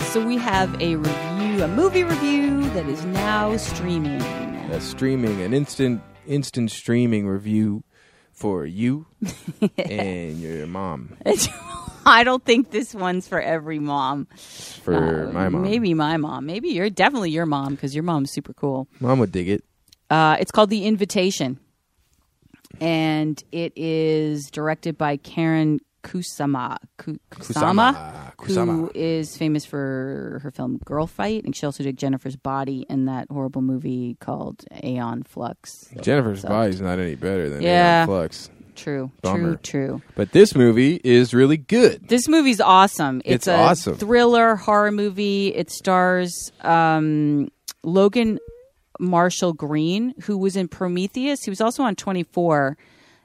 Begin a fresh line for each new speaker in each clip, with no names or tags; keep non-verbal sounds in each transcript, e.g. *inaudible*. so we have a review, a movie review that is now streaming. *laughs*
A streaming, an instant instant streaming review for
*laughs*
you and your mom.
I don't think this one's for every mom.
For
Uh,
my mom.
Maybe my mom. Maybe you're definitely your mom because your mom's super cool.
Mom would dig it.
Uh, it's called The Invitation, and it is directed by Karen Kusama. Ku- Kusama,
Kusama.
who
Kusama.
is famous for her film Girl Fight, and she also did Jennifer's Body and that horrible movie called Aeon Flux.
Jennifer's body's not any better than
Yeah.
Aeon Flux.
True,
Bummer.
true, true.
But this movie is really good.
This movie's awesome. It's,
It's
a
awesome.
thriller horror movie. It stars um, Logan Marshall Green, who was in Prometheus. He was also on 24,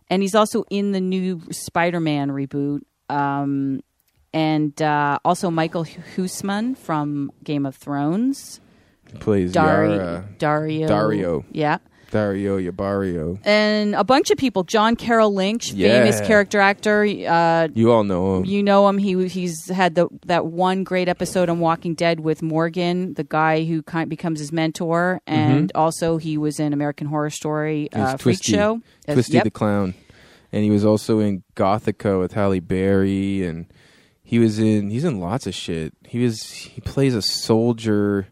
and he's also in the new Spider-Man reboot. Um, and uh, also Michael Husman from Game of Thrones.
Plays
Dari-
Yara,
Dario.
Dario.
Yeah
Dario Yabario.
and a bunch of people. John Carroll Lynch, famous
Yeah.
character actor. Uh,
You all know him.
you know him. He he's had the that one great episode on Walking Dead with Morgan, the guy who kind becomes his mentor, and also he was in American Horror Story,
Mm-hmm. He was
uh, Freak Show. As-
Twisty
yep.
the Clown. And he was also in Gothica with Halle Berry and he was in he's in lots of shit. He was he plays a soldier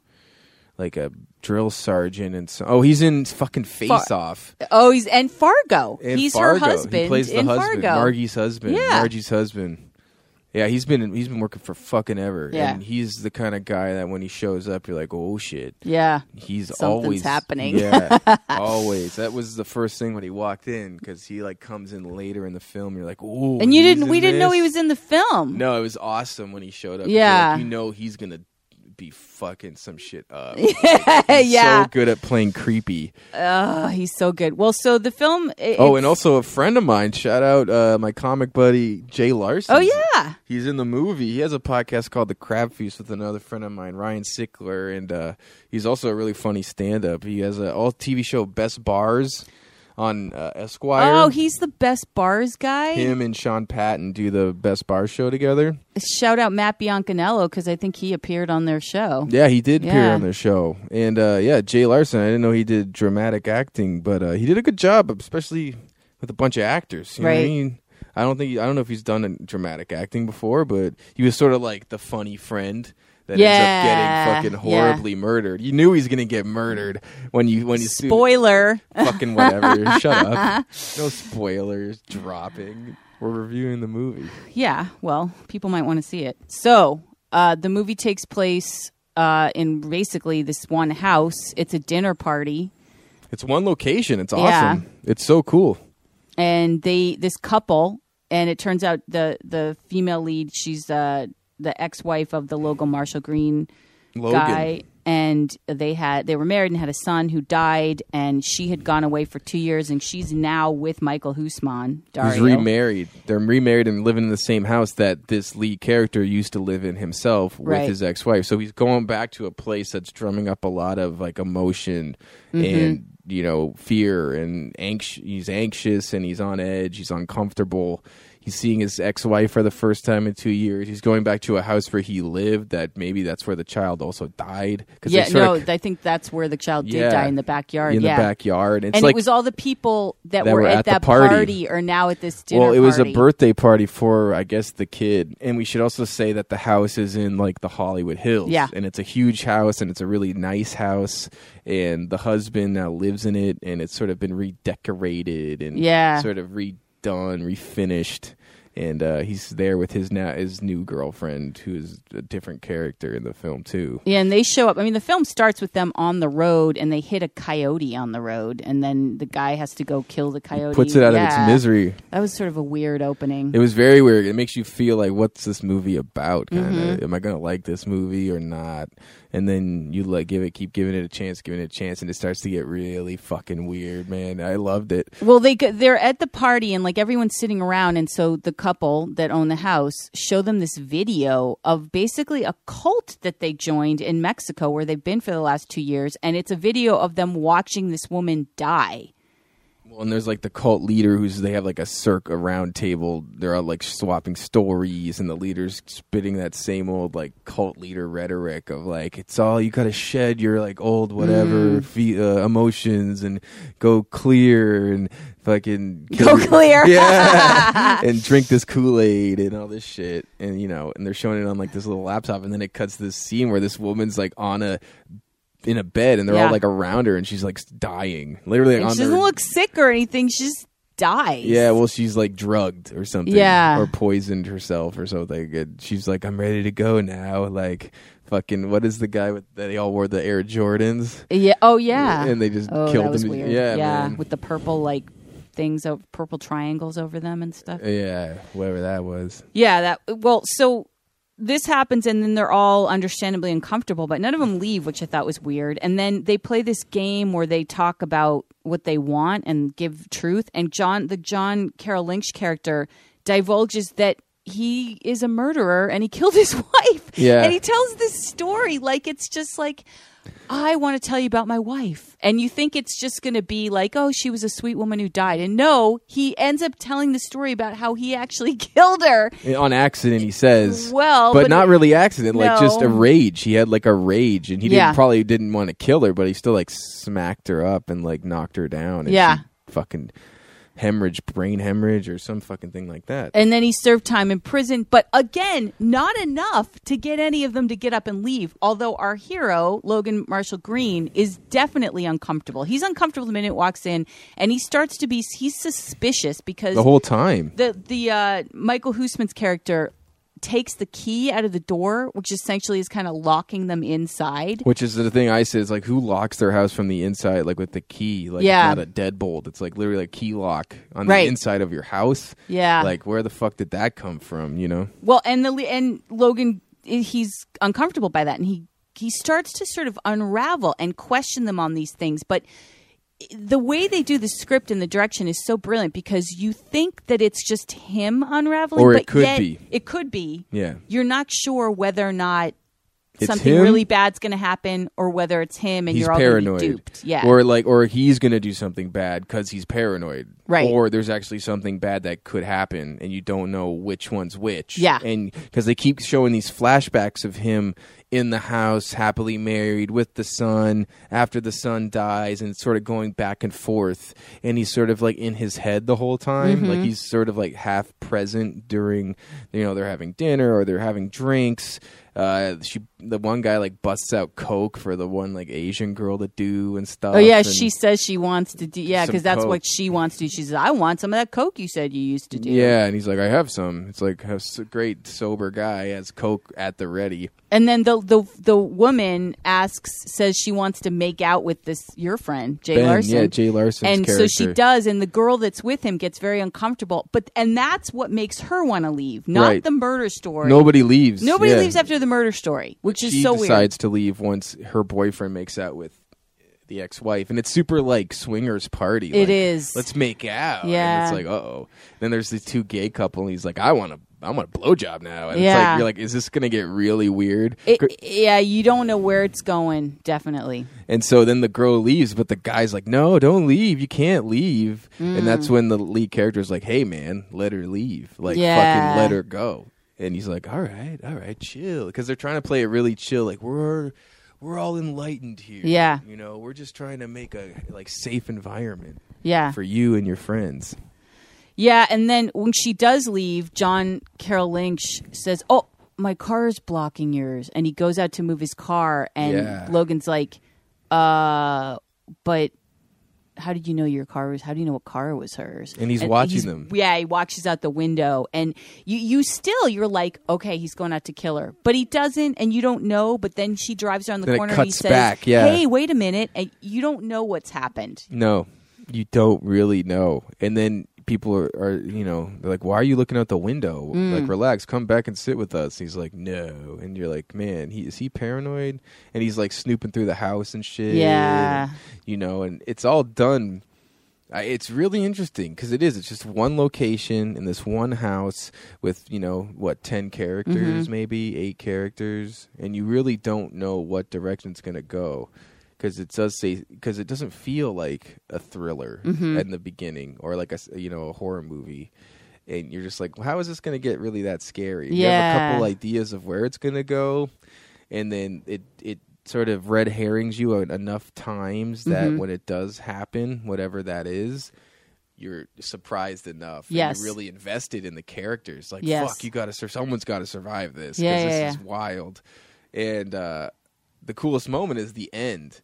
like a drill sergeant and so, oh he's in fucking Face Off.
oh, he's and Fargo.
And
he's
Fargo.
her husband
He plays the
in
husband,
Fargo.
Margie's husband.
Yeah.
Margie's husband. Yeah, he's been he's been working for fucking ever.
Yeah.
And he's the kind of guy that when he shows up you're like, "Oh shit."
yeah,
he's
Something's
always
happening. *laughs*
Yeah, always. That was the first thing when he walked in because he like comes in later in the film. You're like, oh,
and you didn't. We didn't know he was in the film.
No, it was awesome when he showed up.
Yeah.
You're like, you know he's gonna be fucking some shit
*laughs*
up. He's
yeah,
so good at playing creepy.
Oh, he's so good. Well, so the film. it-
Oh,
it's-
and also a friend of mine. Shout out uh, my comic buddy Jay Larson.
oh yeah.
He's in the movie. He has a podcast called The Crab Feast with another friend of mine, Ryan Sickler, and uh, he's also a really funny stand-up. He has a all TV show Best Bars on uh, Esquire.
Oh, he's the best bars guy.
him and Sean Patton do the Best Bars show together.
Shout out Matt Bianconello because I think he appeared on their show.
Yeah, he did appear
Yeah.
on their show, and uh, yeah, Jay Larson. I didn't know he did dramatic acting, but uh, he did a good job, especially with a bunch of actors. You know what
Right.
I mean? I don't think I don't know if he's done dramatic acting before, but he was sort of like the funny friend that
Yeah,
ends up getting fucking
yeah.
horribly murdered. You knew he was gonna get murdered when you when you see-
Spoiler.
*laughs*
*laughs*
fucking whatever. Shut up! No spoilers dropping. We're reviewing the movie.
Yeah, well, people might want to see it. So uh, the movie takes place uh, in basically this one house. It's a dinner party,
It's one location. It's
Yeah.
awesome. It's so cool.
and they this couple, and it turns out the the female lead, she's uh, the ex wife of the Logan Marshall Green
Logan.
guy. And they had they were married and had a son who died, and she had gone away for two years, and she's now with Michael Husman. Dario.
He's remarried. They're remarried and living in the same house that this lead character used to live in himself
Right.
with his ex-wife. So he's going back to a place that's drumming up a lot of like emotion
Mm-hmm.
and you know fear and anx- He's anxious and he's on edge. He's uncomfortable. He's seeing his ex-wife for the first time in two years. He's going back to a house where he lived. That maybe that's where the child also died. 'Cause they
Yeah,
sort
no,
of-
I think that's where the child did
Yeah.
die in the backyard.
in
yeah.
the backyard. It's
and it
like
was all the people that,
that
were,
were
at,
at the
that
party.
or now at this dinner
Well, it was a
party.
birthday party for, I guess, the kid. And we should also say that the house is in like the Hollywood Hills.
Yeah.
And it's a huge house and it's a really nice house. And the husband now lives in it and it's sort of been redecorated and
Yeah.
sort of redone, refinished. And uh, he's there with his now his new girlfriend, who is a different character in the film too.
Yeah, and they show up. I mean, the film starts with them on the road, and they hit a coyote on the road, and then the guy has to go kill the coyote.
Puts it out of
Yeah.
its misery.
That was sort of a weird opening.
It was very weird. It makes you feel like, what's this movie about? Kind of. Am I gonna like this movie or not? And then you like give it, keep giving it a chance, giving it a chance, and it starts to get really fucking weird, man. I loved it.
Well, they go- they're at the party and like everyone's sitting around, and so the couple that own the house show them this video of basically a cult that they joined in Mexico, where they've been for the last two years, and it's a video of them watching this woman die.
Well, and there's like the cult leader who's they have like a circ a round table. They're all like swapping stories, and the leader's spitting that same old like cult leader rhetoric of like it's all you gotta shed your like old
Mm.
whatever fe- uh, emotions and go clear and fucking
Go clear.
*laughs*
*laughs*
yeah, and drink this Kool Aid and all this shit, and you know, and they're showing it on like this little laptop, and then it cuts to this scene where this woman's like on a in a bed, and they're
Yeah.
all like around her, and she's like dying, literally like,
And
on
she doesn't
their-
look sick or anything. She just dies.
yeah, well, she's like drugged or something.
Yeah.
Or poisoned herself or something. And she's like, I'm ready to go now. Like, fucking, what is the guy with, that they all wore the Air Jordans?
Yeah. Oh yeah.
And they just
oh,
killed
that was
him.
weird.
Yeah, man.
with the purple like things, over, purple triangles over them and stuff.
Yeah, whatever that was.
Yeah, that well, so this happens and then they're all understandably uncomfortable, but none of them leave, which I thought was weird. And then they play this game where they talk about what they want and give truth and John the John Carroll Lynch character divulges that he is a murderer and he *laughs* killed his wife.
Yeah.
And he tells this story like it's just like I want to tell you about my wife. And you think it's just going to be like, oh, she was a sweet woman who died. And no, he ends up telling the story about how he actually *laughs* killed her.
And on accident, he says.
Well,
but,
but-
not really accident. Like, just
No.
a rage. He had like a rage, and he
Yeah.
didn't, probably didn't want to kill her, but he still like smacked her up and like knocked her down. And
Yeah.
she Fucking hemorrhage, brain hemorrhage, or some fucking thing like that.
And then he served time in prison. But again, not enough to get any of them to get up and leave. Although our hero, Logan Marshall Green, is definitely uncomfortable. He's uncomfortable the minute it walks in and he starts to be, he's suspicious because
the whole time.
the the uh, Michael Hoosman's character takes the key out of the door, which essentially is kind of locking them inside.
Which is the thing I say is like who locks their house from the inside, like with the key, like
Yeah.
it's not a deadbolt. It's like literally a key lock on
Right.
the inside of your house.
Yeah.
like where the fuck did that come from? You know,
Well, and the and Logan he's uncomfortable by that, and he he starts to sort of unravel and question them on these things, but. The way they do the script and the direction is so brilliant because you think that it's just him unraveling,
Or it
but
could
yet
be.
it could be.
Yeah.
you're not sure whether or not
It's
something
him?
really bad's going to happen, or whether it's him and
he's
you're all gonna
paranoid.
be duped. Yeah,
or like or he's gonna do something bad because he's paranoid.
Right.
Or there's actually something bad that could happen, and you don't know which one's which.
Yeah.
And because they keep showing these flashbacks of him in the house, happily married with the son, after the son dies, and it's sort of going back and forth. And he's sort of like in his head the whole time. Like
Mm-hmm.
he's sort of like half present during, you know, they're having dinner or they're having drinks. Uh, she, the one guy, like busts out coke for the one like Asian girl to do and stuff.
Oh yeah,
and-
she says she wants to do. Yeah,
Some
because that's
coke.
what she wants to do. She says, "I want some of that coke you said you used to do."
Yeah, and he's like, I have some. It's like a s- great sober guy has coke at the ready.
And then the the the woman asks, says she wants to make out with this your friend Jay
Ben,
Larson.
yeah, Jay Larson's
and so
character.
she does, and the girl that's with him gets very uncomfortable. But and that's what makes her want to leave, not
Right.
the murder story.
Nobody leaves.
Nobody
yeah.
leaves after the murder story, which is
she
so weird.
decides to leave once her boyfriend makes out with the ex-wife, and it's super like swingers party.
It
It
is.
Let's make out. And
Yeah.
it's like, uh oh. Then there's the two gay couple, and he's like, I want a, I want a blowjob now. And it's
Yeah.
like, you're like, is this gonna get really weird?
It, yeah, you don't know where it's going. Definitely.
And so then the girl leaves, but the guy's like, "No, don't leave. You can't leave."
Mm.
And that's when the lead character is like, "Hey, man, let her leave. Like,
Yeah.
fucking let her go." And he's like, "All right, all right, chill," because they're trying to play it really chill. Like we're we're all enlightened here.
Yeah.
you know, we're just trying to make a like safe environment
Yeah.
for you and your friends.
Yeah, and then when she does leave, John Carroll Lynch says, "Oh, my car is blocking yours," and he goes out to move his car, and
Yeah.
Logan's like, "Uh, but." How did you know your car was? How do you know what car was hers?
And he's watching them.
Yeah, he watches out the window, and you you still you're like, okay, he's going out to kill her, but he doesn't, and you don't know. But then she drives around the
Then it
corner, and he
cuts
says,
back, yeah.
"Hey, wait a minute," and you don't know what's happened.
No, you don't really know. And then people are, are you know, they're like, "Why are you looking out the window? Like, relax, come back and sit with us." He's like, "No," and you're like, "Man, he is he paranoid?" And he's like snooping through the house and shit.
Yeah.
you know, and it's all done. I, it's really interesting because it is. It's just one location in this one house with you know what ten characters, maybe eight characters, and you really don't know what direction it's gonna go. because it does say because it doesn't feel like a thriller in the beginning or like a s- you know a horror movie and you're just like well, how is this going to get really that scary you have a couple
Yeah.
ideas of where it's going to go and then it it sort of red herrings you en- enough times that
Mm-hmm.
when it does happen whatever that is you're surprised enough and
Yes.
you're really invested in the characters like
Yes.
fuck you gotta sur- someone's gotta survive this 'cause
Yeah,
this
yeah,
is
yeah.
wild and uh the coolest moment is the end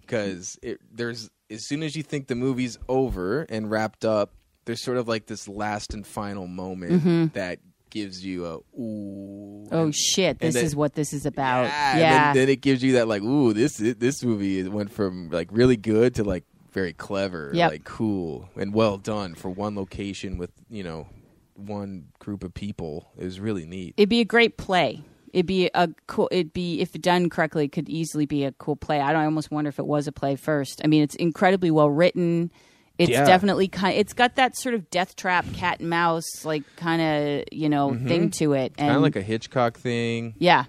because there's as soon as you think the movie's over and wrapped up, there's sort of like this last and final moment that gives you a ooh.
Mm-hmm. Oh
and-
shit! This
then-
is what this is about.
yeah,
Yeah,
and then, then it gives you that like ooh this i- this movie it went from like really good to like very clever,
Yep.
like cool and well done for one location with you know one group of people. It was really neat.
it'd be a great play. It'd be a cool. It'd be if done correctly, it could easily be a cool play. I, don't, I almost wonder if it was a play first. I mean, it's incredibly well written. It's
Yeah.
definitely kind. It's got that sort of death trap, cat and mouse, like kind of you know thing to it. And
Kind of Mm-hmm. like a Hitchcock thing.
yeah,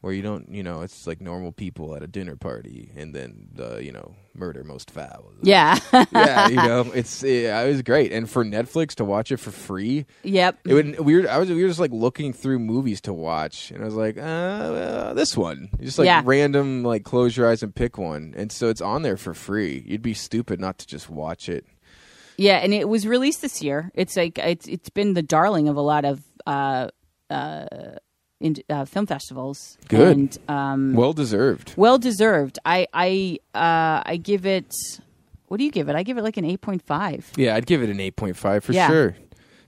where you don't, you know, it's like normal people at a dinner party, and then the, you know, murder most foul.
yeah, *laughs*
yeah, you know, it's yeah, it was great, and for Netflix to watch it for free,
yep.
it would we were I was we were just like looking through movies to watch, and I was like, uh, uh this one, You just like
Yeah.
random, like close your eyes and pick one, and so it's on there for free. You'd be stupid not to just watch it.
Yeah, and it was released this year. It's like it's it's been the darling of a lot of uh, uh, in, uh, film festivals.
Good.
and um,
Well deserved.
well deserved. I I uh, I give it. What do you give it? I give it like an eight point five.
Yeah, I'd give it an 8.5 for
Yeah.
sure.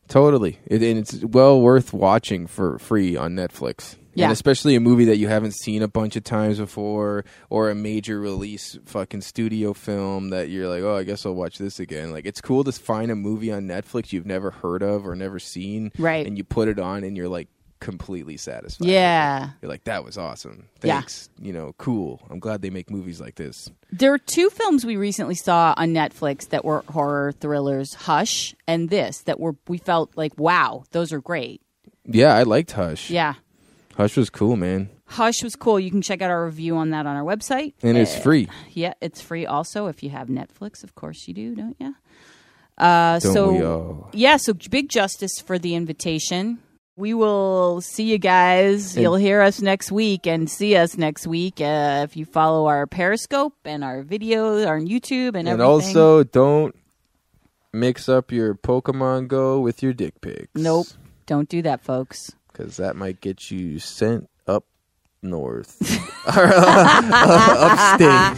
Totally. It, and it's well worth watching for free on Netflix.
Yeah.
And especially a movie that you haven't seen a bunch of times before or a major release fucking studio film that you're like, "Oh, I guess I'll watch this again." Like it's cool to find a movie on Netflix you've never heard of or never seen
Right.
and you put it on and you're like completely satisfied.
Yeah,
You're like, "That was awesome.
Yeah.
Thanks." You know, cool. I'm glad they make movies like this.
there are two films we recently saw on Netflix that were horror thrillers: Hush and this. That were we felt like wow, those are great.
Yeah, I liked Hush.
Yeah,
Hush was cool, man.
Hush was cool. You can check out our review on that on our website.
And it's free.
Yeah, it's free also if you have Netflix. Of course you do, don't you? Uh,
Don't
so
we all?
yeah, so big justice for the invitation. We will see you guys. You'll hear us next week and see us next week uh, if you follow our Periscope and our videos on YouTube and,
And
everything.
also, don't mix up your Pokemon Go with your dick pics.
nope, don't do that, folks.
Because that might get you sent up north. *laughs* uh,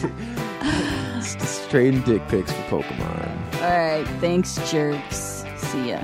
*laughs*
Upstate. Just trading dick pics for Pokemon.
All right, thanks, jerks. See ya.